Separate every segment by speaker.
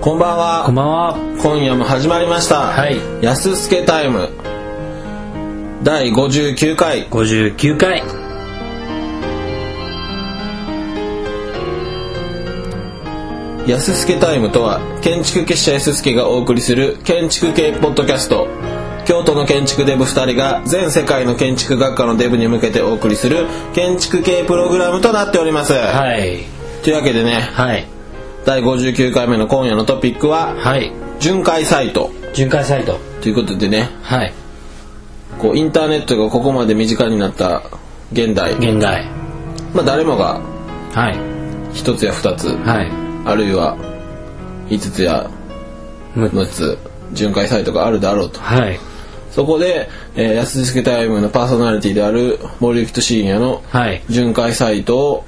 Speaker 1: こんばんは
Speaker 2: こんばんは。
Speaker 1: 今夜も始まりました、
Speaker 2: はい
Speaker 1: やすすけタイム第59回
Speaker 2: 59回。
Speaker 1: やすすけタイムとは建築結社やすすけがお送りする建築系ポッドキャスト京都の建築デブ2人が全世界の建築学科のデブに向けてお送りする建築系プログラムとなっております、
Speaker 2: はい。
Speaker 1: というわけでね
Speaker 2: はい。
Speaker 1: 第59回目の今夜のトピックは
Speaker 2: はい。
Speaker 1: 巡回サイト
Speaker 2: 巡回サイト。
Speaker 1: ということでね
Speaker 2: はい。
Speaker 1: こうインターネットがここまで身近になった現代、
Speaker 2: 現代。
Speaker 1: まあ、誰もが
Speaker 2: はい。
Speaker 1: 1つや2つ
Speaker 2: はい。
Speaker 1: あるいは5つや
Speaker 2: む
Speaker 1: 6つ巡回サイトがあるだろうと
Speaker 2: はい。
Speaker 1: そこで、えー、安助タイムのパーソナリティである森幸と深也の
Speaker 2: はい。
Speaker 1: 巡回サイトを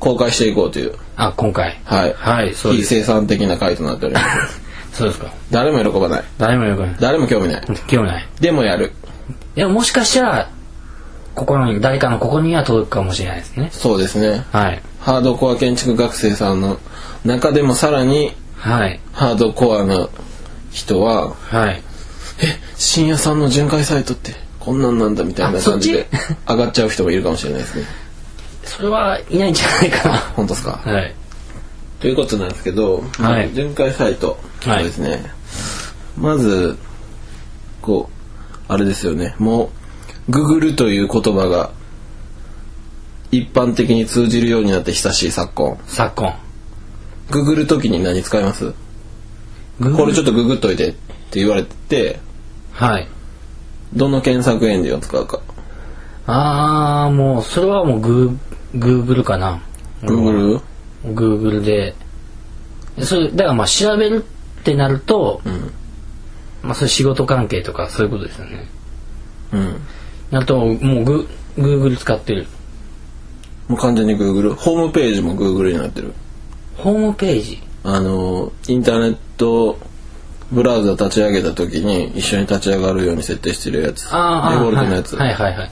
Speaker 1: 公開していこうという、
Speaker 2: あ、今回。
Speaker 1: はい
Speaker 2: はい、そう
Speaker 1: 非
Speaker 2: です。
Speaker 1: 生産的な回となっております
Speaker 2: そうですか。
Speaker 1: 誰も喜ばない
Speaker 2: 誰もよくない。
Speaker 1: 誰も興味ない
Speaker 2: 興味ない。
Speaker 1: でもやる
Speaker 2: いや、もしかしたら、心に、誰かのここには届くかもしれないですね。
Speaker 1: そうですね
Speaker 2: はい。
Speaker 1: ハードコア建築学生さんの中でもさらに
Speaker 2: はい。
Speaker 1: ハードコアな人は
Speaker 2: はい。
Speaker 1: 深夜さんの巡回サイトってこんなんなんだみたいな
Speaker 2: あそ
Speaker 1: 感
Speaker 2: っ
Speaker 1: じ
Speaker 2: ち
Speaker 1: で上がっちゃう人もいるかもしれない ですね
Speaker 2: それはいないんじゃないか
Speaker 1: 本当ですか
Speaker 2: な。はい。
Speaker 1: ということなんですけど、
Speaker 2: はい
Speaker 1: 巡回サイト、
Speaker 2: はい
Speaker 1: そうですねまずこうあれですよねもうググるという言葉が一般的に通じるようになって久しい昨今
Speaker 2: 昨今。
Speaker 1: ググる時に何使います
Speaker 2: グーグル
Speaker 1: これちょっとググっといてって言われて
Speaker 2: はい。
Speaker 1: どの検索エンジンを使うか
Speaker 2: あー、もう、それはもうグー、グーグルかな。
Speaker 1: ググる、
Speaker 2: Google でそれだからまあ調べるってなると、
Speaker 1: ん
Speaker 2: まあそれ仕事関係とかそういうことですよね
Speaker 1: うん
Speaker 2: なるともうグ Google 使ってる
Speaker 1: もう完全に Google ホームページも Google になってる
Speaker 2: ホームページ
Speaker 1: あのインターネットブラウザ立ち上げた時に一緒に立ち上がるように設定してるやつデフ
Speaker 2: あーあー
Speaker 1: ォルトのやつ、
Speaker 2: はい、はいはいはい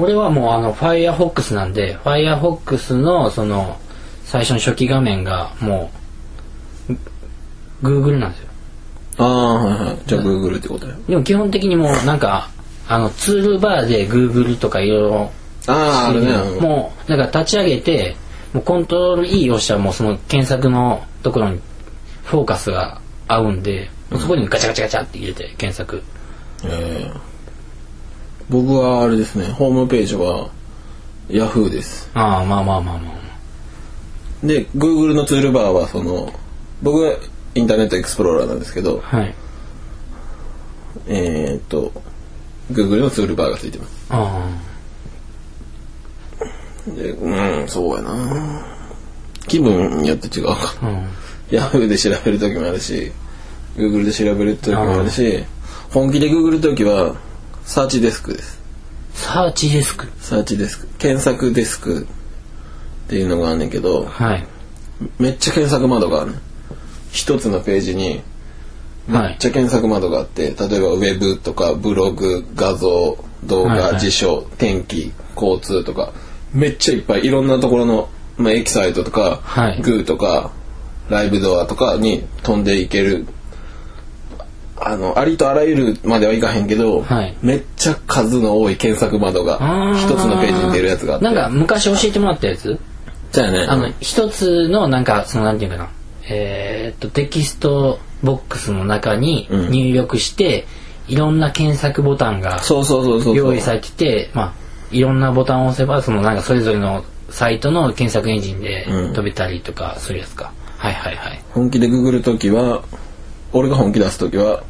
Speaker 2: 俺はもうあの Firefox なんで Firefox のその最初の初期画面がもう Google なんですよ
Speaker 1: ああはいはいじゃあ Google ってことよ
Speaker 2: でも基本的にもうなんかあのツールバーで Google とかいろいろ
Speaker 1: あああるねうん
Speaker 2: もうだから立ち上げてもうコントロール E を押したらもうその検索のところにフォーカスが合うんで、そこにガチャガチャガチャって入れて検索
Speaker 1: えー僕はあれですねホームページは Yahoo です
Speaker 2: ああまあまあまあまあ
Speaker 1: で Google のツールバーはその僕はインターネットエクスプローラーなんですけど
Speaker 2: はい
Speaker 1: えー、っと Google のツールバーがついてます
Speaker 2: あ
Speaker 1: でうんそうやな気分によって違うか
Speaker 2: あうん
Speaker 1: ヤフーで調べる時もあるし、Google で調べる時もあるし、本気で Google る時は、サーチデスクです。
Speaker 2: サーチデスク
Speaker 1: サーチデスク。検索デスクっていうのがあんねんけど、
Speaker 2: はい
Speaker 1: めっちゃ検索窓があるねん。一つのページに、
Speaker 2: は
Speaker 1: めっ
Speaker 2: い
Speaker 1: ちゃ検索窓があって、例えばウェブとかブログ、画像、動画、
Speaker 2: はいはい
Speaker 1: 辞書、天気、交通とか、めっちゃいっぱいいろんなところの、まあ、エキサイトとか、
Speaker 2: はい
Speaker 1: グーとか、ライブドアとかに飛んでいける。あの、ありとあらゆるまではいかへんけど、
Speaker 2: はい
Speaker 1: めっちゃ数の多い検索窓が
Speaker 2: あー
Speaker 1: 一つのページに出るやつがあって。
Speaker 2: なんか昔教えてもらったやつ
Speaker 1: じゃあね、
Speaker 2: あの一つのなんかそのなんていうかなえーっとテキストボックスの中に
Speaker 1: うん
Speaker 2: 入力して、いろんな検索ボタンが
Speaker 1: そうそうそうそうそう。
Speaker 2: 用意されてて、まあ、いろんなボタンを押せばそのなんかそれぞれのサイトの検索エンジンで
Speaker 1: うん
Speaker 2: 飛べたりとかそういうやつか、はいはいはい
Speaker 1: 本気でググるときは俺が本気出すときは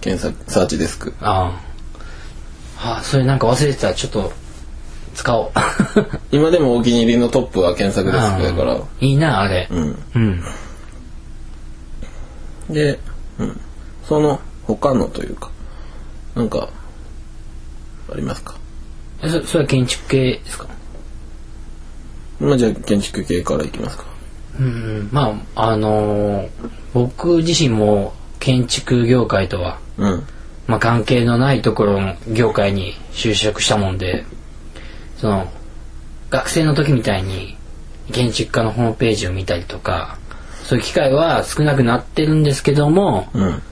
Speaker 1: 検索サーチデスク
Speaker 2: ああはあそれなんか忘れてたちょっと使 おう
Speaker 1: 今でもお気に入りのトップは検索デスクだから
Speaker 2: ああいいなあれ
Speaker 1: うん
Speaker 2: うん
Speaker 1: で、うん、その他のというかなんかありますか
Speaker 2: えそそれは建築系ですか
Speaker 1: まあじゃあ建築系からいきますか
Speaker 2: うんまああのー僕自身も建築業界とは
Speaker 1: うん
Speaker 2: まあ、関係のないところの業界に就職したもんでその学生の時みたいに建築家のホームページを見たりとかそういう機会は少なくなってるんですけども
Speaker 1: うん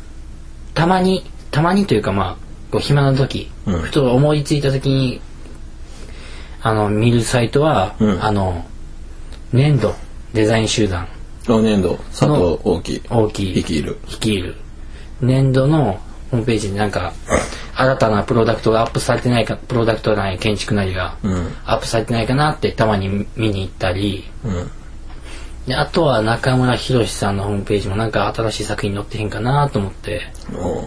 Speaker 2: たまにたまにというかまあこう暇な時、
Speaker 1: うん
Speaker 2: ふと思いついた時にあの見るサイトは、
Speaker 1: うん
Speaker 2: あの粘土デザイン集団
Speaker 1: 老年度佐藤大樹
Speaker 2: 大きい
Speaker 1: 率いる
Speaker 2: 率いる年度のホームページになんか新たなプロダクトがアップされてないかプロダクトなり建築なりが
Speaker 1: うん
Speaker 2: アップされてないかなってたまに見に行ったり
Speaker 1: うん
Speaker 2: であとは中村博さんのホームページもなんか新しい作品載ってへんかなと思って
Speaker 1: おう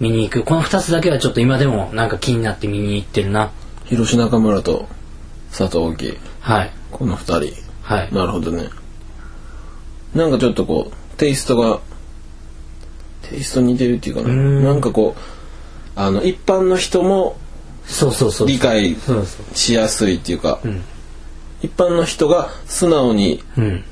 Speaker 2: 見に行くこの2つだけはちょっと今でもなんか気になって見に行ってるな
Speaker 1: 広島中村と佐藤大樹
Speaker 2: はい
Speaker 1: この二人
Speaker 2: はい
Speaker 1: なるほどねなんかちょっとこうテイストがテイスト似てるっていうかな
Speaker 2: うん
Speaker 1: なんかこうあの一般の人も
Speaker 2: そうそうそう
Speaker 1: 理解
Speaker 2: そうそう
Speaker 1: しやすいっていうか、
Speaker 2: ん
Speaker 1: 一般の人が素直に
Speaker 2: うん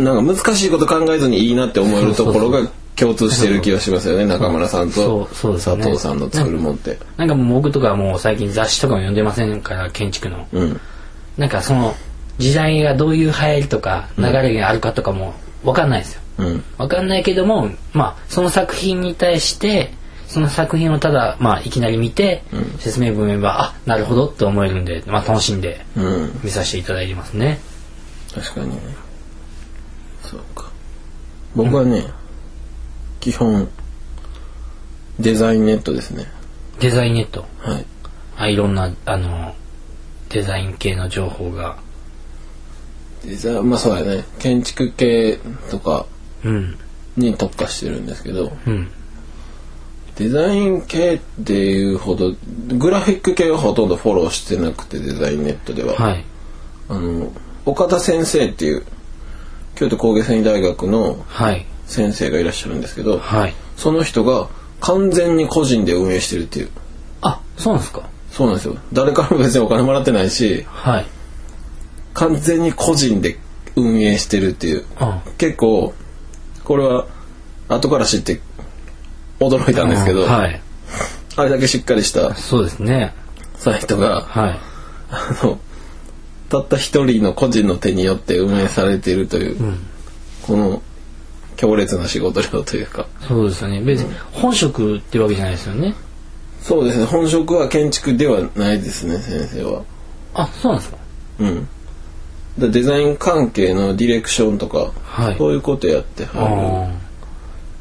Speaker 1: ななんか難しいこと考えずにいいなって思えるところ
Speaker 2: そ
Speaker 1: が共通してる気がしますよ ね中村さんと
Speaker 2: そうそうです
Speaker 1: 佐
Speaker 2: ね
Speaker 1: 藤さんの作るもんって
Speaker 2: なんかもう僕とかはもう最近雑誌とかも読んでませんから建築の
Speaker 1: うん
Speaker 2: なんかその時代がどういう流行りとか流れがあるかとかも分かんないですよ
Speaker 1: うん
Speaker 2: 分かんないけどもまあその作品に対してその作品をただまあいきなり見て、説明文を読めばあなるほどって思えるんで、まあ、楽しんで
Speaker 1: うん
Speaker 2: 見させていただいてますね
Speaker 1: 確かにねそうか僕はね、基本デザインネットですね
Speaker 2: デザインネット
Speaker 1: はい
Speaker 2: あいろんなあのデザイン系の情報が
Speaker 1: デザインまあそうだよね建築系とか
Speaker 2: うん
Speaker 1: に特化してるんですけど
Speaker 2: うん
Speaker 1: デザイン系っていうほどグラフィック系はほとんどフォローしてなくてデザインネットでは、
Speaker 2: はい
Speaker 1: あの岡田先生っていう京都工芸繊維大学の
Speaker 2: はい
Speaker 1: 先生がいらっしゃるんですけど
Speaker 2: はい
Speaker 1: その人が完全に個人で運営してるっていう
Speaker 2: あそうなんですか
Speaker 1: そうなんですよ誰からも別にお金もらってないし
Speaker 2: はい
Speaker 1: 完全に個人で運営してるっていう
Speaker 2: あ
Speaker 1: 結構これは後から知って驚いたんですけど、
Speaker 2: はい
Speaker 1: あれだけしっかりした
Speaker 2: そうですね
Speaker 1: サイトが
Speaker 2: はい
Speaker 1: あのたった一人の個人の手によって運営されているという、この強烈な仕事量というか
Speaker 2: そうですよね別に本職ってわけじゃないですよね
Speaker 1: そうですね本職は建築ではないですね先生は
Speaker 2: あそうなんですか
Speaker 1: うんだデザイン関係のディレクションとか、
Speaker 2: はい
Speaker 1: そういうことやって
Speaker 2: あ
Speaker 1: は
Speaker 2: ー
Speaker 1: る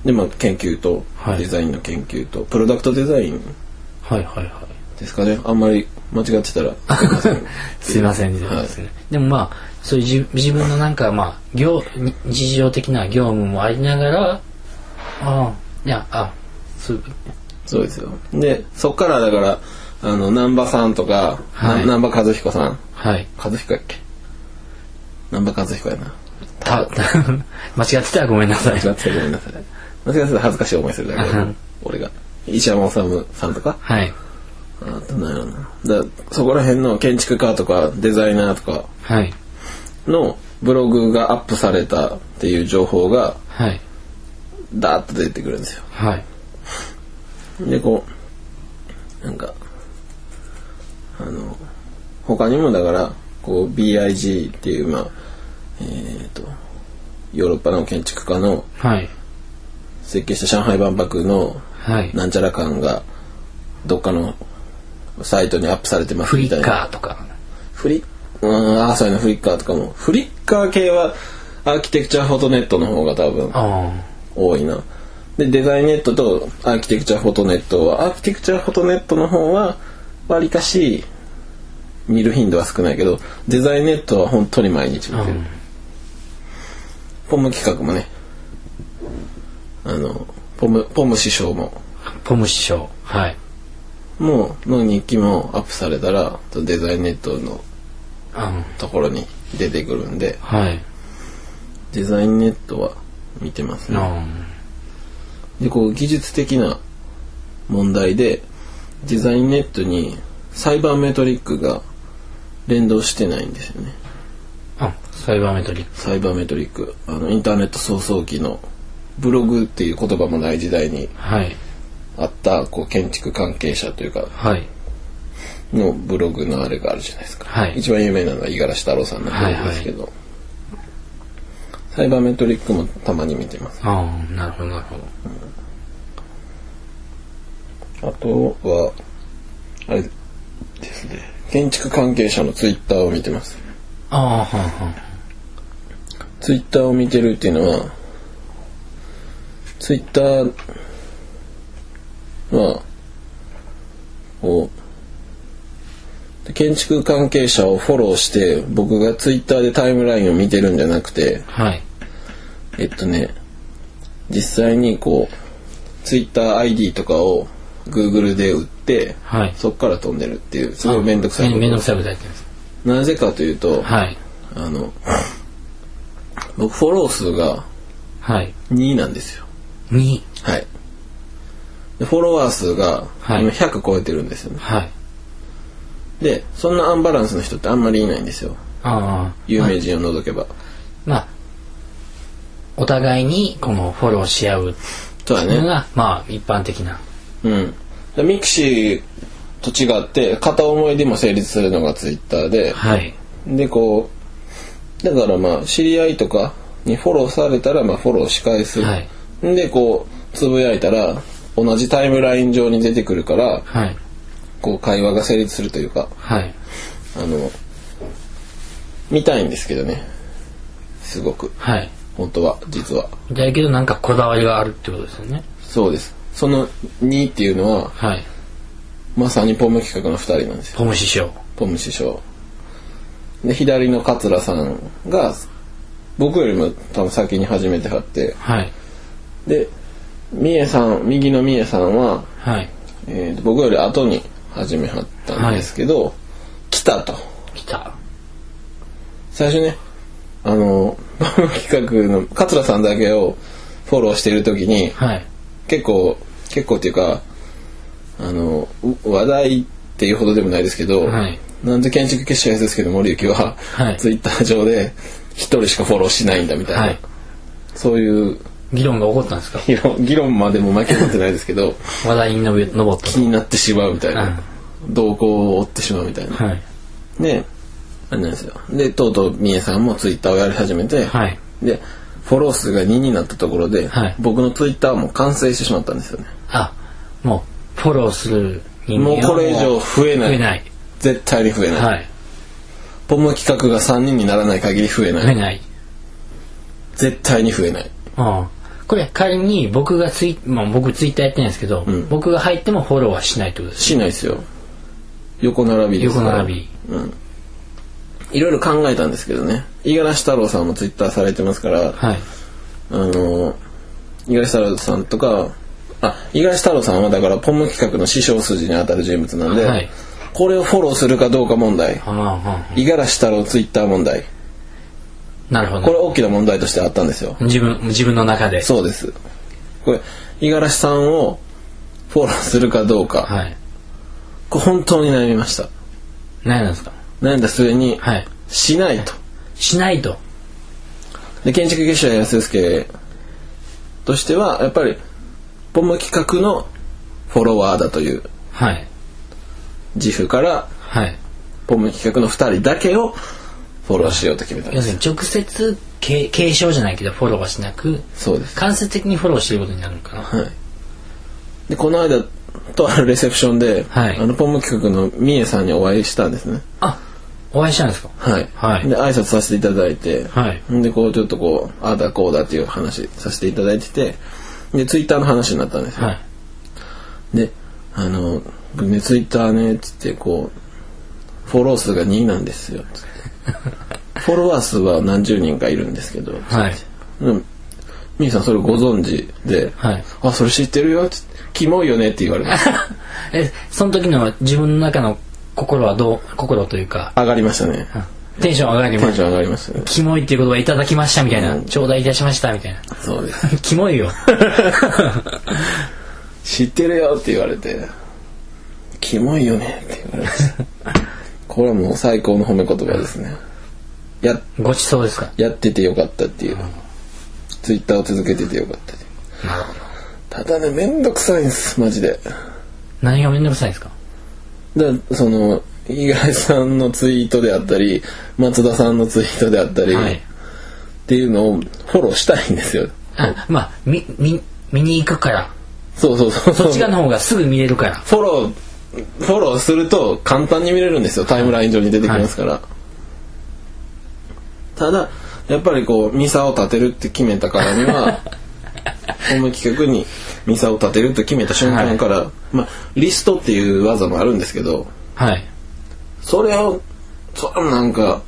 Speaker 1: でまあ研究と、
Speaker 2: はい
Speaker 1: デザインの研究とプロダクトデザイン
Speaker 2: はいはいはい
Speaker 1: ですかねあんまり間違ってた らすいません
Speaker 2: すいませんですね、でもまあそういうじ自分のなんかまあ業に日常的な業務もありながらああいやあそう
Speaker 1: そうですよでそっからだからあの難波さんとか、
Speaker 2: はい
Speaker 1: な難波和彦さん
Speaker 2: はい
Speaker 1: 和彦やっけ難波和彦やな
Speaker 2: た 間違ってたらごめんなさい
Speaker 1: 間違ってたらごめんなさい間違ってたら恥ずかしい思いするだけ
Speaker 2: うん
Speaker 1: 俺が石山治さんとか
Speaker 2: はい
Speaker 1: あとなんやろなだそこら辺の建築家とかデザイナーとか
Speaker 2: はい
Speaker 1: のブログがアップされたっていう情報が
Speaker 2: はい
Speaker 1: ダーッと出てくるんですよ
Speaker 2: はい
Speaker 1: でこうなんかあの他にもだからこう BIG っていうまあえっ、とヨーロッパの建築家の
Speaker 2: はい
Speaker 1: 設計した上海万博の
Speaker 2: はい
Speaker 1: なんちゃら感がどっかのサイトにアップされてます
Speaker 2: フ
Speaker 1: み
Speaker 2: リ
Speaker 1: たい
Speaker 2: ッ
Speaker 1: な
Speaker 2: カーとか
Speaker 1: フリうんああそういうのフリッカーとかもフリッカー系はアーキテクチャフォトネットの方が多分
Speaker 2: あ
Speaker 1: 多いなでデザインネットとアーキテクチャフォトネットはアーキテクチャフォトネットの方はわりかし見る頻度は少ないけどデザインネットは本当に毎日見
Speaker 2: あ
Speaker 1: て
Speaker 2: う
Speaker 1: る、
Speaker 2: ん
Speaker 1: ポム企画もねあのポムポム師匠も
Speaker 2: ポム師匠はい
Speaker 1: もうの日記もアップされたらデザインネットの
Speaker 2: あの
Speaker 1: ところに出てくるんで
Speaker 2: はい
Speaker 1: デザインネットは見てますね
Speaker 2: あ
Speaker 1: でこう技術的な問題でデザインネットにサイバーメトリックが連動してないんですよね
Speaker 2: あサイバーメトリック
Speaker 1: サイバーメトリックあのインターネット創創期のブログっていう言葉もない時代に
Speaker 2: はい
Speaker 1: あったこう建築関係者というか
Speaker 2: はい
Speaker 1: のブログのあれがあるじゃないですか、
Speaker 2: はい
Speaker 1: 一番有名なのは五十嵐太郎さんのブログですけど、サイバーメトリックもたまに見てます
Speaker 2: ああ、なるほど、なるほど。
Speaker 1: あとはあれですね建築関係者のツイッターを見てます
Speaker 2: ああ、はんはん。
Speaker 1: ツイッターを見てるっていうのはツイッターはこうで建築関係者をフォローして僕がツイッターでタイムラインを見てるんじゃなくて
Speaker 2: はい。
Speaker 1: えっとね実際にこうツイッター ID とかを Google で打って
Speaker 2: はい。
Speaker 1: そっから飛んでるっていうすごい面倒くさい
Speaker 2: め
Speaker 1: こ
Speaker 2: めんど
Speaker 1: と
Speaker 2: くさいことやってます。
Speaker 1: なぜかというと、
Speaker 2: はい。
Speaker 1: あの僕フォロー数が
Speaker 2: はい。
Speaker 1: 2なんですよ
Speaker 2: に。
Speaker 1: はいでフォロワー数が
Speaker 2: はい
Speaker 1: 今100超えてるんですよね、
Speaker 2: はい。
Speaker 1: でそんなアンバランスの人ってあんまりいないんですよ
Speaker 2: ああ。
Speaker 1: 有名人を除けば、
Speaker 2: まあ、お互いにこのフォローし合う
Speaker 1: そうだ
Speaker 2: の
Speaker 1: ね
Speaker 2: が、まあ、一般的な。
Speaker 1: うんでミクシーと違って片思いでも成立するのがツイッターで、
Speaker 2: はい。
Speaker 1: でこうだからまあ知り合いとかにフォローされたらまあフォローし返す、
Speaker 2: はい。
Speaker 1: でこうつぶやいたら同じタイムライン上に出てくるから
Speaker 2: はい。
Speaker 1: こう会話が成立するというか
Speaker 2: はい。
Speaker 1: あの見たいんですけどねすごく
Speaker 2: はい。
Speaker 1: 本当は実は
Speaker 2: だけどなんかこだわりがあるってことですよね。
Speaker 1: そうですその2っていうのは
Speaker 2: はい。
Speaker 1: まさにポム企画の2人なんですよ
Speaker 2: ポム師匠。
Speaker 1: ポム師匠で左の桂さんが僕よりも多分先に始めてはって
Speaker 2: はい。
Speaker 1: で三重さん右の三重さんは、
Speaker 2: はい。
Speaker 1: えーと僕より後に始めはったんですけど、来たと
Speaker 2: 来た。
Speaker 1: 最初ねあの企画の桂さんだけをフォローしてる時に
Speaker 2: はい。
Speaker 1: 結構結構っていうかあのう話題っていうほどでもないですけど、
Speaker 2: はい。
Speaker 1: なんで建築結社ですけど森行は、
Speaker 2: はい
Speaker 1: ツイッター上で一人しかフォローしないんだみたいな、
Speaker 2: はい。
Speaker 1: そういう
Speaker 2: 議論が起こったんですか
Speaker 1: 議論議論までも巻き込んでないですけ ど
Speaker 2: 話題に上上っ
Speaker 1: 気になってしまうみたいな、動向を追ってしまうみたい
Speaker 2: た。
Speaker 1: な
Speaker 2: はい。
Speaker 1: であれなんですよでとうとう三重さんもツイッターをやり始めて、
Speaker 2: はい。
Speaker 1: でフォロー数が2になったところで、
Speaker 2: はい
Speaker 1: 僕のツイッターも完成してしまったんですよね
Speaker 2: あ、もう、フォローする人間
Speaker 1: もう
Speaker 2: は
Speaker 1: これ以上増え
Speaker 2: 増
Speaker 1: ない
Speaker 2: えない。
Speaker 1: 絶対に増えない、
Speaker 2: はい。
Speaker 1: ポム企画が3人にならない限り増えない、
Speaker 2: 増えない。
Speaker 1: 絶対に増えない
Speaker 2: うん。これ仮に僕がツイ、まあ僕ツイッターやってないんですけど、
Speaker 1: ん
Speaker 2: 僕が入ってもフォローはしないってことです。
Speaker 1: しないですよ横並びです
Speaker 2: 横
Speaker 1: から
Speaker 2: 並び。
Speaker 1: いろいろ考えたんですけどね五十嵐太郎さんもツイッターされてますから、
Speaker 2: はい。
Speaker 1: あの五十嵐太郎さんとかあ五十嵐太郎さんはだからポム企画の師匠筋に当たる人物なんで、
Speaker 2: はい
Speaker 1: これをフォローするかどうか問題
Speaker 2: ああ、あ
Speaker 1: 五十嵐太郎ツイッター問題
Speaker 2: あなるほ
Speaker 1: これ
Speaker 2: ど。
Speaker 1: 大きな問題としてあったんですよ
Speaker 2: 自分、自分の中で。
Speaker 1: そうですこれ五十嵐さんをフォローするかどうか、
Speaker 2: はい。
Speaker 1: これ本当に悩みました
Speaker 2: 何なんですか
Speaker 1: 悩んだ末に、
Speaker 2: はい。
Speaker 1: しないと
Speaker 2: しないと。
Speaker 1: で建築技師や安介としてはやっぱりポム企画のフォロワーだという
Speaker 2: はい。
Speaker 1: 自負から
Speaker 2: はい。
Speaker 1: ポム企画の2人だけをフォローしようと決めたんで
Speaker 2: 要
Speaker 1: す
Speaker 2: するに直接け継承じゃないけどフォローはしなく、
Speaker 1: そうです
Speaker 2: 間接的にフォローしてることになるのかな。
Speaker 1: はいでこの間とあるレセプションで、
Speaker 2: はい
Speaker 1: あのポム企画のミエさんにお会いしたんですね
Speaker 2: あ、お会いしたんですか
Speaker 1: はい、
Speaker 2: はい
Speaker 1: で挨拶させていただいて、
Speaker 2: はい。
Speaker 1: でこうちょっとこうああだこうだっていう話させていただいててでツイッターの話になったんですよ、
Speaker 2: はい。
Speaker 1: であの「僕ねツイッターね」っつってこうフォロー数が2なんです よつってフォロワー数は何十人かいるんですけど、
Speaker 2: はい。
Speaker 1: うんみーさんそれご存知で「
Speaker 2: はい。
Speaker 1: あそれ知ってるよ」っつって「キモいよね」って言われました
Speaker 2: え、その時の自分の中の心はどう、心というか、
Speaker 1: 上がりましたね
Speaker 2: テンション上がり
Speaker 1: テ
Speaker 2: ま
Speaker 1: ン
Speaker 2: す。
Speaker 1: ション上がりましたね
Speaker 2: キモいっていう言葉いただきましたみたいな
Speaker 1: う。ん
Speaker 2: 頂戴いたしましたみたいな。
Speaker 1: そうです
Speaker 2: キモいよ。
Speaker 1: 知ってるよって言われて「キモいよね」って言われましたこれはもう最高の褒め言葉ですねや
Speaker 2: ごちそうですか。
Speaker 1: やっててよかったっていう、ツイッターを続けててよかったっていう
Speaker 2: なるほ
Speaker 1: た
Speaker 2: ど。
Speaker 1: だねめんどくさいんですマジでだか
Speaker 2: 何がめんどくさいんですから
Speaker 1: その五十嵐さんのツイートであったり松田さんのツイートであったり、
Speaker 2: はい。
Speaker 1: っていうのをフォローしたいんですよ
Speaker 2: あまあ見見見に行くから
Speaker 1: そうそうそう
Speaker 2: そっち側の方がすぐ見れるから
Speaker 1: フォローフォローすると簡単に見れるんですよタイムライン上に出てきますから、ただやっぱりこうミサを立てるって決めたからに はこの企画にミサを立てるって決めた瞬間から、まあリストっていう技もあるんですけど
Speaker 2: はい
Speaker 1: それをそれもなんか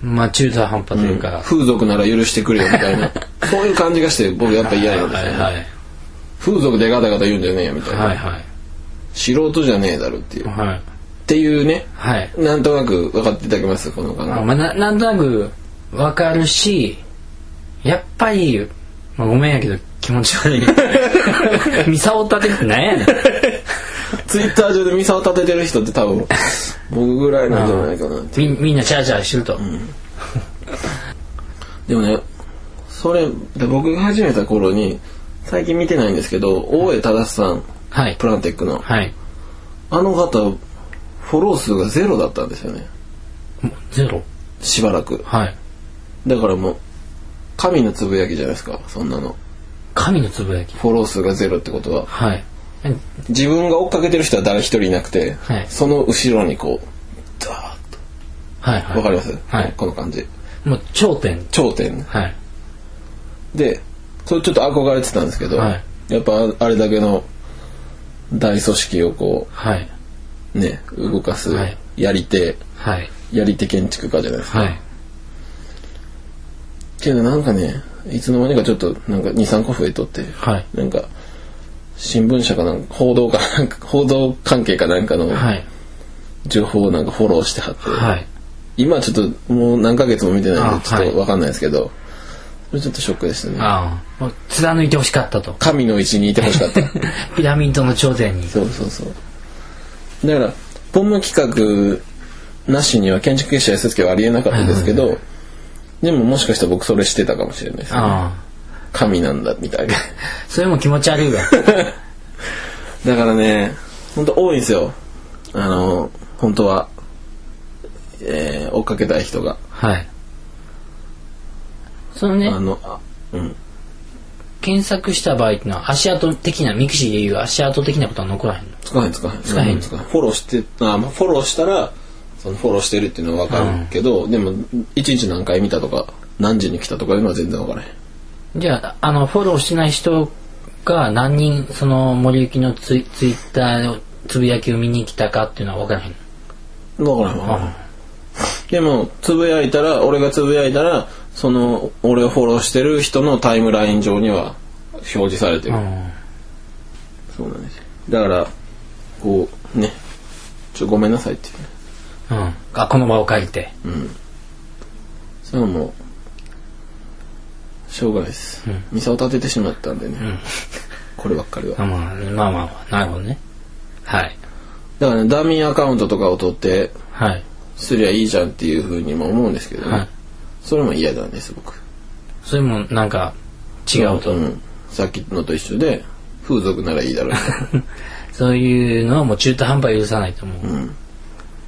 Speaker 2: まあ中途半端というか、
Speaker 1: 風俗なら許してくれよみた いなそういう感じがして僕やっぱ嫌なんです
Speaker 2: は
Speaker 1: よ
Speaker 2: い
Speaker 1: ね、
Speaker 2: はい
Speaker 1: 風俗でガタガタ言うんじゃねえよみたいな、
Speaker 2: はいはい
Speaker 1: 素人じゃねえだろっていう、っ
Speaker 2: はい
Speaker 1: ていうね
Speaker 2: はい
Speaker 1: なんとなく分かっていただけますこの感
Speaker 2: まあ
Speaker 1: 覚
Speaker 2: まあ、ななんとなくわかるしやっぱり、まあ、ごめんやけど気持ち悪 いミサオ立てるってなんやねん
Speaker 1: ツイッター上でミサを立ててる人って多 分僕ぐらいなんじゃないかなって
Speaker 2: みみんなチャラチャラしてると、
Speaker 1: でもねそれで僕が始めた頃に最近見てないんですけど大江忠さん
Speaker 2: はい
Speaker 1: プランテックの
Speaker 2: はい
Speaker 1: あの方フォロー数がゼロだったんですよね
Speaker 2: ゼロ
Speaker 1: しばらく
Speaker 2: はい
Speaker 1: だからもう神のつぶやきじゃないですかそんなの
Speaker 2: 神のつぶやき
Speaker 1: フォロー数がゼロってことは
Speaker 2: はいえ
Speaker 1: 自分が追っかけてる人は誰一人いなくて、
Speaker 2: はい
Speaker 1: その後ろにこうダーッ
Speaker 2: はい
Speaker 1: と
Speaker 2: はい
Speaker 1: わかります、
Speaker 2: はい
Speaker 1: この感じ
Speaker 2: もう頂点
Speaker 1: 頂点ね
Speaker 2: はい
Speaker 1: でそれちょっと憧れてたんですけど、
Speaker 2: はい
Speaker 1: やっぱあれだけの大組織をこ
Speaker 2: はいう
Speaker 1: ね動かす
Speaker 2: はい
Speaker 1: やり手、
Speaker 2: はい
Speaker 1: やり手建築家じゃないですか、
Speaker 2: はい
Speaker 1: けどなんかねいつの間にかちょっとなんか23個増えとって
Speaker 2: はい
Speaker 1: なんか新聞社かなんか報道かなんか 報道関係かなんかの
Speaker 2: はい
Speaker 1: 情報をなんかフォローしてはって、
Speaker 2: はい
Speaker 1: 今ちょっともう何ヶ月も見てないんで
Speaker 2: あ
Speaker 1: ちょっ
Speaker 2: はい
Speaker 1: とわかんないですけど、それちょっとショックでしたね
Speaker 2: ああもう貫いてほしかったと
Speaker 1: 神の位置にいてほしかった
Speaker 2: ピラミッドの頂点に
Speaker 1: そうそうそうだからポンム企画なしには建築結社 SSK はありえなかったですけど、でももしかしたら僕それしてたかもしれないです、ね、
Speaker 2: あ
Speaker 1: 神なんだみたいな
Speaker 2: あそれも気持ち悪いわ
Speaker 1: だからね本当多いんですよあの本当は、えー追っかけたい人が、
Speaker 2: はいそのね
Speaker 1: あのあうん
Speaker 2: 検索した場合ってのは足跡的なミクシーでいう足跡的なことは残らへんの
Speaker 1: つかへんつかへんつ
Speaker 2: かへん
Speaker 1: かへんフォローしてあまあフォローしたらそのフォローしてるっていうのは分かるけど、でも一日何回見たとか何時に来たとかいうのは全然分からへん
Speaker 2: じゃああのフォローしてない人が何人その森行きのツイツイッターのつぶやきを見に来たかっていうのは分からへん
Speaker 1: 分からんわでもつぶやいたら俺がつぶやいたらその俺をフォローしてる人のタイムライン上には表示されてる、
Speaker 2: うん
Speaker 1: そうなんですよだからこうねちょごめんなさいっていう
Speaker 2: うんあこの場を借りて
Speaker 1: それはもうしょうがないです、ミサを立ててしまったんでね、こればっかりは
Speaker 2: あまあまあまあまあなるほどねはい
Speaker 1: だからねダミーアカウントとかを取って
Speaker 2: はい
Speaker 1: すりゃいいじゃんっていうふうにも思うんですけどね、
Speaker 2: はい
Speaker 1: それも嫌なんです僕
Speaker 2: それもなんか違うと、
Speaker 1: んさっきのと一緒で風俗ならいいだろう
Speaker 2: そういうのはもう中途半端許さないと思う、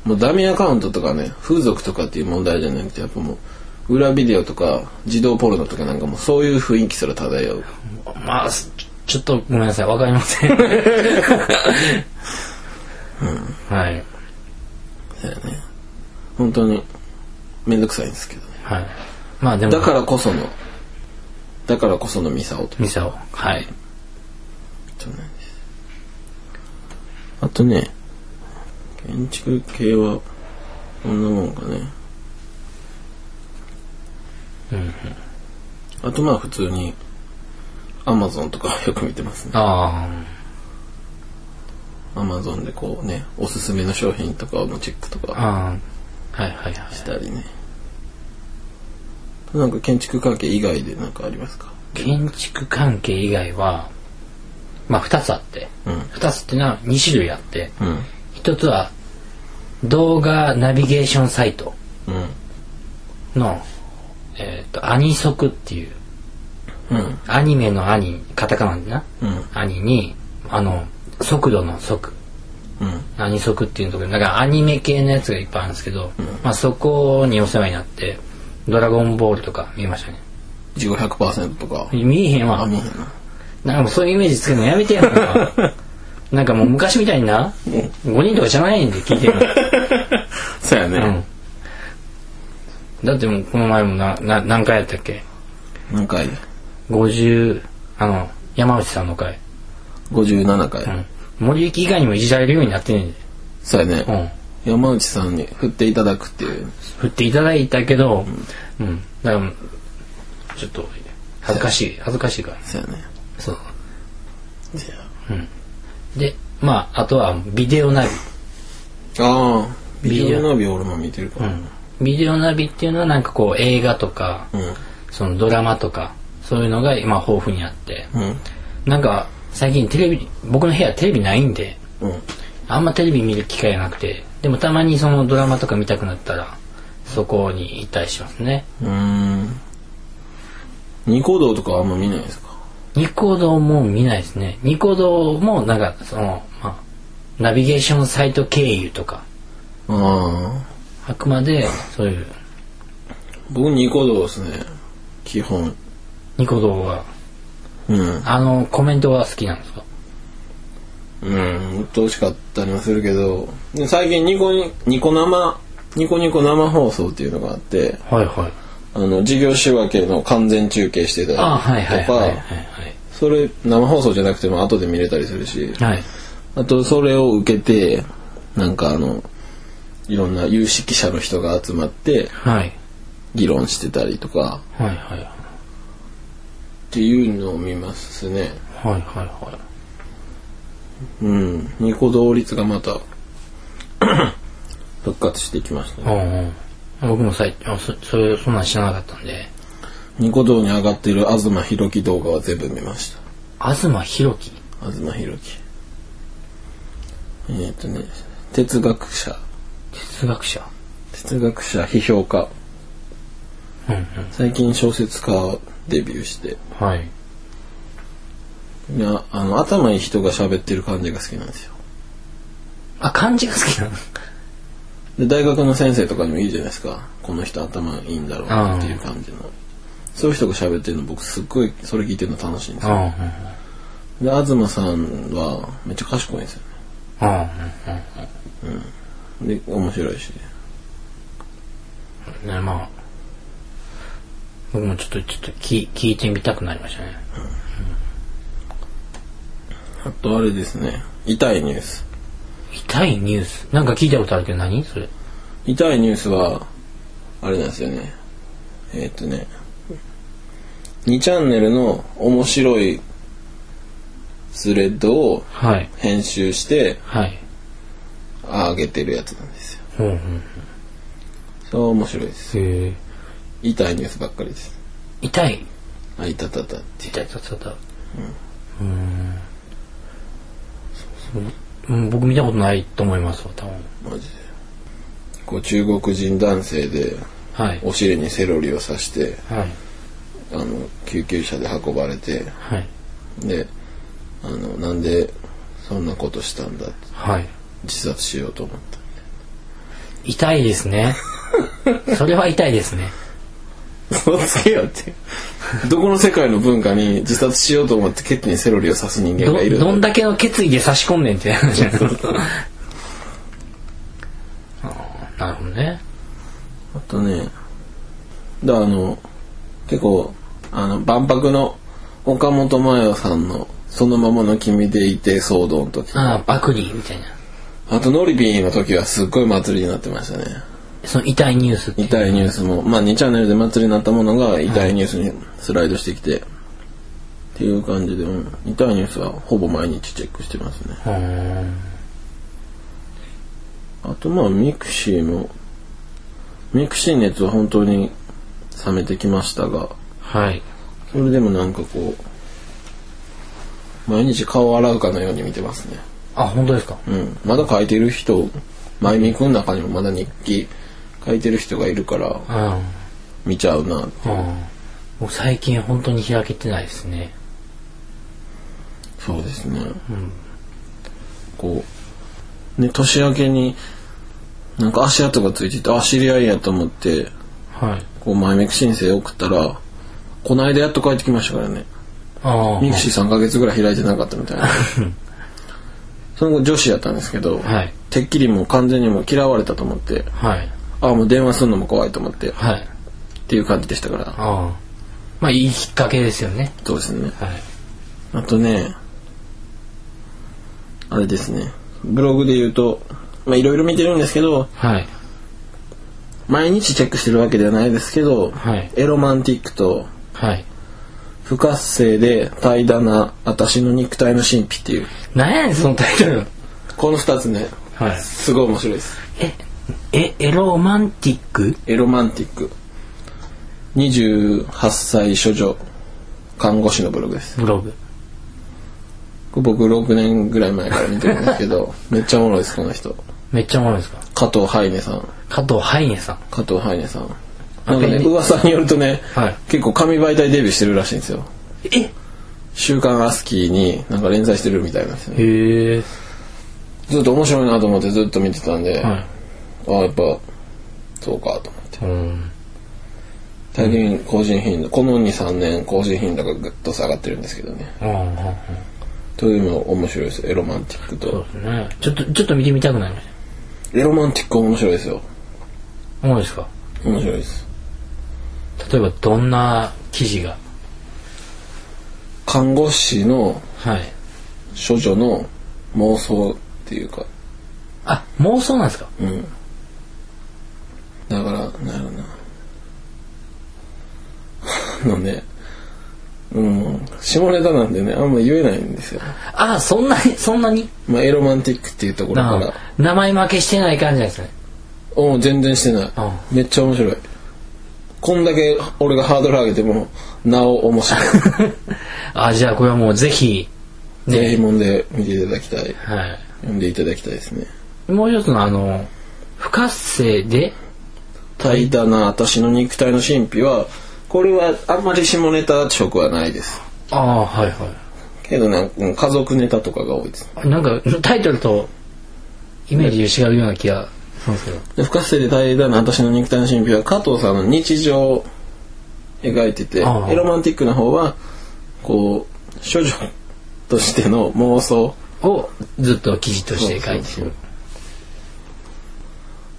Speaker 1: もうダミーアカウントとかね風俗とかっていう問題じゃなくてやっぱもう裏ビデオとか児童ポルノとかなんかもうそういう雰囲気すら漂う
Speaker 2: まあすちょちょっとごめんなさいわかりません、はい
Speaker 1: 本当に面倒くさいんですけどね
Speaker 2: はいまあでも
Speaker 1: だからこそのだからこそのミサオと
Speaker 2: ミサオはい
Speaker 1: あとね建築系はこんなもんかねあとまあ普通にアマゾンとかはよく見てますね
Speaker 2: あ
Speaker 1: アマゾンでこうねおすすめの商品とかのチェックと
Speaker 2: あ
Speaker 1: か
Speaker 2: ああはいはいはい
Speaker 1: したりねなんか建築関係以外で何かありますか
Speaker 2: 建築関係以外はまあ2つあって
Speaker 1: うん
Speaker 2: 2つっていうのは2種類あって
Speaker 1: うん
Speaker 2: 1つは動画ナビゲーションサイト
Speaker 1: うん
Speaker 2: の、えー、とアニソクっていう
Speaker 1: うん
Speaker 2: アニメのアニカタカナでな
Speaker 1: うん
Speaker 2: アニにあの速度の速
Speaker 1: うん
Speaker 2: アニソクっていうところだからアニメ系のやつがいっぱいあるんですけど、まあ、そこにお世話になってドラゴンボールとか見ましたね。
Speaker 1: 自己100%とか。
Speaker 2: 見えへんわ
Speaker 1: あ、。見えへんな。
Speaker 2: なんかもうそういうイメージつけるのやめてよ。 なんかもう昔みたいにな、5人とかじゃないんで聞いてる
Speaker 1: そうや
Speaker 2: の。
Speaker 1: ね。
Speaker 2: うん。だってもうこの前もな、な何回やったっけ
Speaker 1: 何回
Speaker 2: ?50、あの、山内さんの回。
Speaker 1: ?57
Speaker 2: う
Speaker 1: 回。
Speaker 2: ん。森行以外にもいじられるようになってんねんで。
Speaker 1: そうや
Speaker 2: う
Speaker 1: ね。
Speaker 2: ん。
Speaker 1: 山内さんに振っていただくっていう。
Speaker 2: 振っていただいたけど、うん。だからもう、ちょっと、恥ずかしい。恥ずかしいから。
Speaker 1: そうやね。
Speaker 2: そう。
Speaker 1: じゃ
Speaker 2: で、まあ、あとはビデオナビ。
Speaker 1: ああー、
Speaker 2: ビ
Speaker 1: ビ
Speaker 2: デ
Speaker 1: デ
Speaker 2: オ
Speaker 1: オナビ俺も見てるか
Speaker 2: う
Speaker 1: ら。
Speaker 2: ん。ビデオナビっていうのはなんかこう映画とか、そのドラマとか、そういうのが今豊富にあって。
Speaker 1: うん。うん。
Speaker 2: なんか最近テレビ、僕の部屋テレビないんで、
Speaker 1: うん。
Speaker 2: あんまテレビ見る機会がなくて、でもたまにそのドラマとか見たくなったら、そこに行ったりしますね。
Speaker 1: うーん。ニコ動とかあんま見ないですか
Speaker 2: ニコ動も見ないですね。ニコ動もなんかその、まあ、ナビゲーションサイト経由とか、
Speaker 1: ああ。
Speaker 2: あくまでそういう
Speaker 1: 僕ニコ動ですね。基本。
Speaker 2: ニコ動は、
Speaker 1: うん。
Speaker 2: あのコメントは好きなんですか
Speaker 1: うん。鬱陶しかったりもするけど、でも最近ニコニ、ニコ生、ニコニコ生放送っていうのがあって、
Speaker 2: はいはい。
Speaker 1: あの、事業仕分けの完全中継してたりと
Speaker 2: あはいはいはいはい
Speaker 1: か、それ生放送じゃなくても後で見れたりするし、
Speaker 2: はい。はい。
Speaker 1: あとそれを受けて、なんかあの、いろんな有識者の人が集まって
Speaker 2: はい。
Speaker 1: 議論してたりとか、
Speaker 2: はいはい。
Speaker 1: っていうのを見ますね。
Speaker 2: はいはいは
Speaker 1: うん。ニコ動率がまた 復活してきました
Speaker 2: い。う
Speaker 1: ね。
Speaker 2: んうん。僕もさいあそ、それ、そんなん知らなかったんで。
Speaker 1: ニコ動に上がっている東博樹動画は全部見ました。
Speaker 2: 東博樹
Speaker 1: 東博樹。えーっ、とね、哲学者、
Speaker 2: 哲学者。
Speaker 1: 哲学者批評家。
Speaker 2: うんうん。
Speaker 1: 最近小説家デビューして。
Speaker 2: はい。
Speaker 1: いや、あの、頭いい人が喋ってる感じが好きなんですよ。
Speaker 2: あ、漢字が好きなの
Speaker 1: で大学の先生とかにもいいじゃないですかこの人頭いいんだろうなっていう感じのそういう人が喋ってるの僕すっごいそれ聞いてるの楽しいんですよ
Speaker 2: うんうん
Speaker 1: で東さんはめっちゃ賢いんですよ
Speaker 2: うん。
Speaker 1: ねで面白いし
Speaker 2: うん。ね、まあ。僕もちょっと、ちょっと聞、聞いてみたくなりましたね。
Speaker 1: あとあれですね痛いニュース
Speaker 2: 痛いニュース。なんか聞いたことあるけど何それ。
Speaker 1: 痛いニュースはあれなんですよねえーっとね2チャンネルの面白いスレッドを
Speaker 2: はい。
Speaker 1: 編集して
Speaker 2: はい。
Speaker 1: 上げてるやつなんですよ
Speaker 2: うんうん。
Speaker 1: そう面白いです
Speaker 2: へえ。
Speaker 1: 痛いニュースばっかりです
Speaker 2: 痛い。
Speaker 1: あいたたたって
Speaker 2: 痛い痛い痛い痛いうんうん僕見たことないと思いますわ多分
Speaker 1: マジでこう中国人男性で
Speaker 2: はい
Speaker 1: お尻にセロリを刺して
Speaker 2: はい
Speaker 1: あの救急車で運ばれて
Speaker 2: はい
Speaker 1: であのなんでそんなことしたんだって
Speaker 2: はい
Speaker 1: 自殺しようと思 った
Speaker 2: 痛いです ねそれは痛いですね
Speaker 1: そうつけよって どこの世界の文化に自殺しようと思ってケツにセロリを刺す人間
Speaker 2: ど
Speaker 1: がいる
Speaker 2: どん
Speaker 1: だ
Speaker 2: だけの決意で差し込んねんって話 なんですけどあーなるほどね
Speaker 1: あとねだあの結構あの万博の岡本真代さんの「そのままの君でいて騒動」の時
Speaker 2: ああパクリみたいな
Speaker 1: あと、ノリピーの時はすっごい祭りになってましたね。
Speaker 2: その痛いニュースっていう
Speaker 1: 痛いニュースも、まあ2チャンネルで祭りになったものが痛いニュースにスライドしてきて、っていう感じで、うん痛いニュースはほぼ毎日チェックしてますね。
Speaker 2: うーん
Speaker 1: あとまあ、ミクシーも、ミクシー熱は本当に冷めてきましたが、
Speaker 2: はい
Speaker 1: それでもなんかこう、毎日顔を洗うかのように見てますね。
Speaker 2: あ本当ですか
Speaker 1: うん。まだ書いてる人、マイミクの中にもまだ日記書いてる人がいるから、
Speaker 2: うん
Speaker 1: 見ちゃうな。
Speaker 2: うん僕最近本当に開けてないですね
Speaker 1: そうですね。こう、ね、年明けに、なんか足跡がついてて、あ、知り合いやと思って、
Speaker 2: はい
Speaker 1: こう前メク申請送ったらこの間やっと帰ってきましたからね
Speaker 2: ああ
Speaker 1: ミクシー3ヶ月ぐらい開いてなかったみたい なその後女子やったんですけど、
Speaker 2: はい
Speaker 1: てっきりもう完全にもう嫌われたと思って
Speaker 2: はい
Speaker 1: ああもう電話するのも怖いと思ってっ
Speaker 2: はい
Speaker 1: ていう感じでしたから
Speaker 2: ああまあいいきっかけですよね
Speaker 1: そうですね
Speaker 2: はい
Speaker 1: あとね、あれですね、ブログで言うと、まあいろいろ見てるんですけど、
Speaker 2: はい
Speaker 1: 毎日チェックしてるわけではないですけど、
Speaker 2: はい
Speaker 1: エロマンティックと、
Speaker 2: はい
Speaker 1: 不活性で怠惰な私の肉体の神秘っていう、
Speaker 2: 何やねんそのタイトル
Speaker 1: この二つね、
Speaker 2: はい
Speaker 1: すごい面白いです。
Speaker 2: えエロマンティック
Speaker 1: エロマンティック。28歳処女、看護師のブログです。
Speaker 2: ブログ
Speaker 1: これ僕6年ぐらい前から見てるんですけ ど、めっちゃおもろいです、この人。
Speaker 2: めっちゃおもろいですか
Speaker 1: 加藤ハイネさん。
Speaker 2: 加藤ハイネさん
Speaker 1: 加藤ハイネさんなんかね
Speaker 2: あれ
Speaker 1: 噂によるとね、
Speaker 2: はい
Speaker 1: 結構紙媒体デビューしてるらしいんですよ
Speaker 2: え
Speaker 1: 「週刊アスキー」になんか連載してるみたいなんですよね
Speaker 2: へえ
Speaker 1: ずっと面白いなと思ってずっと見てたんで、
Speaker 2: はい
Speaker 1: ああやっぱそうかと思って
Speaker 2: うん
Speaker 1: 最近個人頻度この23年個人頻度がぐっと下がってるんですけどね
Speaker 2: ああ
Speaker 1: というの面白いですよエロマンティック
Speaker 2: そ
Speaker 1: と
Speaker 2: うですねちょっとちょっと見てみたくなりまし
Speaker 1: エロマンティック面白いですよ
Speaker 2: たおもろいですか
Speaker 1: 面白いです
Speaker 2: 例えばどんな記事が
Speaker 1: 看護師の
Speaker 2: はい
Speaker 1: 処女の妄想っていうか
Speaker 2: あ妄想なんですか
Speaker 1: うん。だから、なるな。 あのね、うん、下ネタなんでね、あんま言えないんですよ。
Speaker 2: あそんなに そんなに
Speaker 1: まあ、エロマンティックっていうところから
Speaker 2: なあ、名前負けしてない感じなんですね
Speaker 1: おう全然してない
Speaker 2: あ。
Speaker 1: めっちゃ面白い。こんだけ俺がハードル上げても、なお面 白い。
Speaker 2: あじゃあこれはもうぜひ
Speaker 1: ぜひもんで見ていただきたい。
Speaker 2: は
Speaker 1: 読んでいただきたいですね。
Speaker 2: いもう一つのあの不活性で
Speaker 1: 怠惰な私の肉体の神秘は、これはあんまり下ネタ色はないです。
Speaker 2: ああはいはい
Speaker 1: けどなんかうん家族ネタとかが多いです。
Speaker 2: なんかタイトルとイメージ違うような気がするんですけど
Speaker 1: で不活性で大だな私の肉体の神秘は加藤さんの日常を描いてて
Speaker 2: ああ
Speaker 1: エロマンティックな方はこう処女としての妄想
Speaker 2: をずっと記事として書いて
Speaker 1: そうそう
Speaker 2: る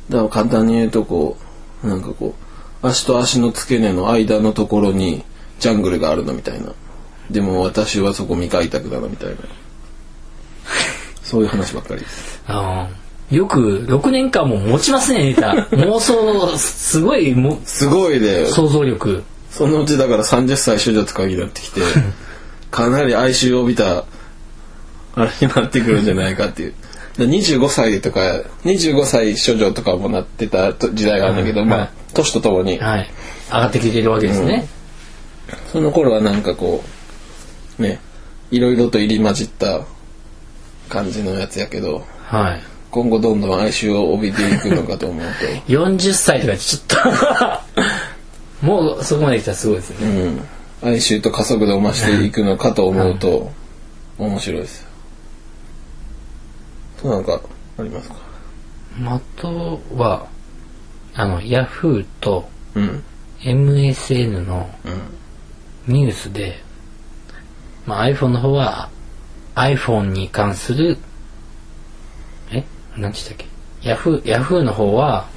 Speaker 1: だから簡単に言うとこうなんかこう足と足の付け根の間のところにジャングルがあるのみたいなでも私はそこ未開拓だなみたいなそういう話ばっかりです
Speaker 2: ああよく6年間も持ちますね ネタ妄想すごいも
Speaker 1: すごいで
Speaker 2: 想像力
Speaker 1: そのうちだから30歳処女とかになってきてかなり哀愁を帯びたあれになってくるんじゃないかっていうで25歳とか25歳処女とかもなってたと時代があるんだけど、
Speaker 2: うん
Speaker 1: ま
Speaker 2: は
Speaker 1: あ
Speaker 2: い
Speaker 1: 年とともに
Speaker 2: はい上がってきてるわけですね、
Speaker 1: その頃はなんかこうねいろいろと入り混じった感じのやつやけど
Speaker 2: はい
Speaker 1: 今後どんどん哀愁を帯びていくのかと思う
Speaker 2: 40歳とかちょっと もうそこまで来たらすごいで す
Speaker 1: と、
Speaker 2: ね
Speaker 1: うん、哀愁と加速度を増していくのかと思うと面白いですよ。となんかありますか
Speaker 2: あとはあのヤフーと
Speaker 1: うん。
Speaker 2: MSN のニュースで、まあ、iPhone の方は iPhone に関するえ何でしたっけ Yahoo, Yahoo の方は、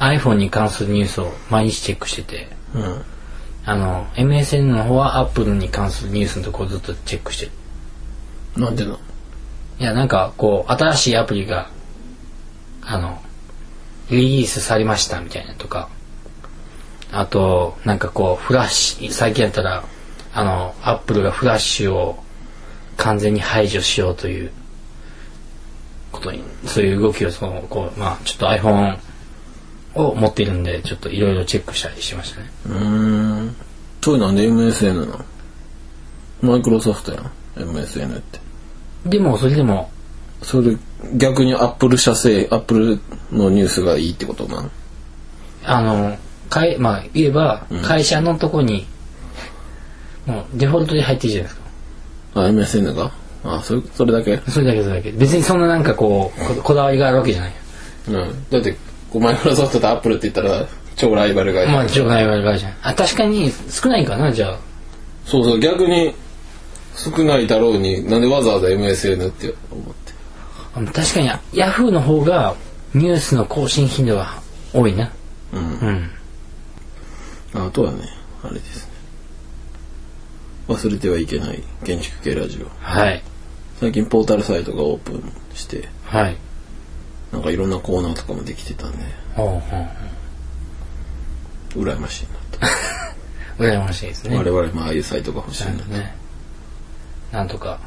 Speaker 2: iPhone に関するニュースを毎日チェックしてて
Speaker 1: うん。
Speaker 2: あの MSN の方は Apple に関するニュースのとこをずっとチェックしてる
Speaker 1: なんでない
Speaker 2: やなんかこう新しいアプリがあのリリースされましたみたいなとかあとなんかこうフラッシュ最近やったらあのアップルがフラッシュを完全に排除しようということにそういう動きをそのこうまあちょっと iPhone を持っているんでちょっといろいろチェックしたりしましたね
Speaker 1: うーん。そういうなんで MSN なのマイクロソフトやん。MSN って。
Speaker 2: でもそれでも
Speaker 1: それ逆にアップル社製、アップルのニュースがいいってことなん
Speaker 2: あの、かいまあ、言えば、会社のとこに、もうデフォルトで入ってるじゃないですか。
Speaker 1: あ、MSN があ、それ、それだけ
Speaker 2: それだけそれだけ。別にそんななんかこう、ここだわりがあるわけじゃない。
Speaker 1: うん。だって、こうマイクロソフトとアップルって言ったら、超ライバル会社、
Speaker 2: まあ、場内は会社。あ、確かに少ないかな、じゃあ。
Speaker 1: そうそう逆に少ないだろうになんでわざわざ MSN って思って
Speaker 2: あ確かに、ヤフーの方がニュースの更新頻度は多いな。
Speaker 1: うん
Speaker 2: うん。
Speaker 1: あとはねあれですね忘れてはいけない建築系ラジオ
Speaker 2: はい。
Speaker 1: 最近ポータルサイトがオープンして
Speaker 2: はい。
Speaker 1: なんかいろんなコーナーとかもできてたんで
Speaker 2: ほうほうほ
Speaker 1: 羨ましいなと、
Speaker 2: う。羨ましいですね。
Speaker 1: 我々もああいうサイトが欲しいなと、
Speaker 2: ね。なんとか、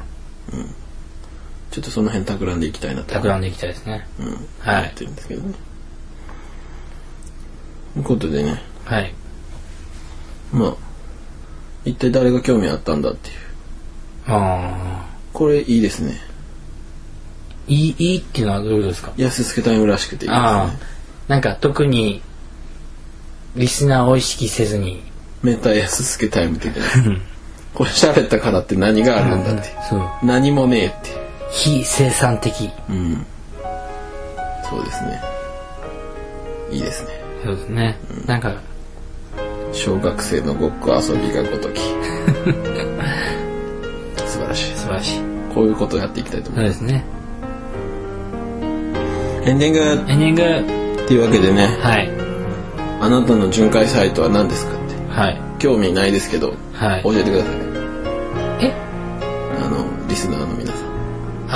Speaker 1: ちょっとその辺企んでいきたいなと
Speaker 2: 企んでいきたいですね。
Speaker 1: うん、
Speaker 2: はい
Speaker 1: 思ってるんですけどねということでね
Speaker 2: はい。
Speaker 1: まあ一体誰が興味あったんだっていう
Speaker 2: ああ。
Speaker 1: これいいですね
Speaker 2: いい、いいっていうのはどういうことですか
Speaker 1: 安助タイムらしくていいです
Speaker 2: ああ
Speaker 1: ね。
Speaker 2: なんか特に、リスナーを意識せずに。
Speaker 1: メタ安助タイム的なこれ喋ったからって何があるんだっていう
Speaker 2: そう。
Speaker 1: 何もねえっていう
Speaker 2: 非生産的。
Speaker 1: うんそうですねいいですね
Speaker 2: そうですね。なんか、
Speaker 1: 小学生のごっこ遊びがごと き素晴らしい
Speaker 2: 素晴らしい。
Speaker 1: こういうことをやっていきたいと思
Speaker 2: そう
Speaker 1: いま、
Speaker 2: ですすね。
Speaker 1: エンディン
Speaker 2: エンディング、
Speaker 1: グっていうわけでね
Speaker 2: はい。
Speaker 1: あなたの巡回サイトは何ですかって
Speaker 2: はい。
Speaker 1: 興味ないですけど
Speaker 2: はい
Speaker 1: 教。えてください
Speaker 2: え
Speaker 1: あのリスナーの皆さん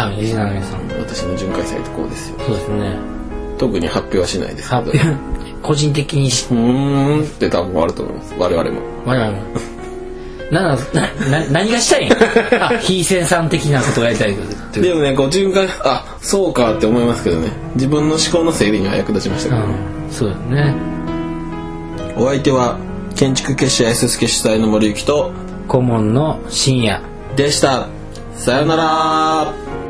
Speaker 2: あ、リスナーの皆さん。
Speaker 1: 私の巡回サイトこうですよ
Speaker 2: そうですね。
Speaker 1: 特に発表はしないですけ
Speaker 2: 発
Speaker 1: ど
Speaker 2: 表、 個人的にし、
Speaker 1: うーんって多分あると思います我々も
Speaker 2: 我々も。なんなんな、な、何がしたいん やあ、非生産的なことをやりたいっていう。
Speaker 1: でもねこう巡回あそうかって思いますけどね自分の思考の整理には役立ちました
Speaker 2: う
Speaker 1: からね、
Speaker 2: ん。そうですね。
Speaker 1: お相手は建築結社 S 助主催の森幸と
Speaker 2: 顧問の深夜。
Speaker 1: でしたさよなら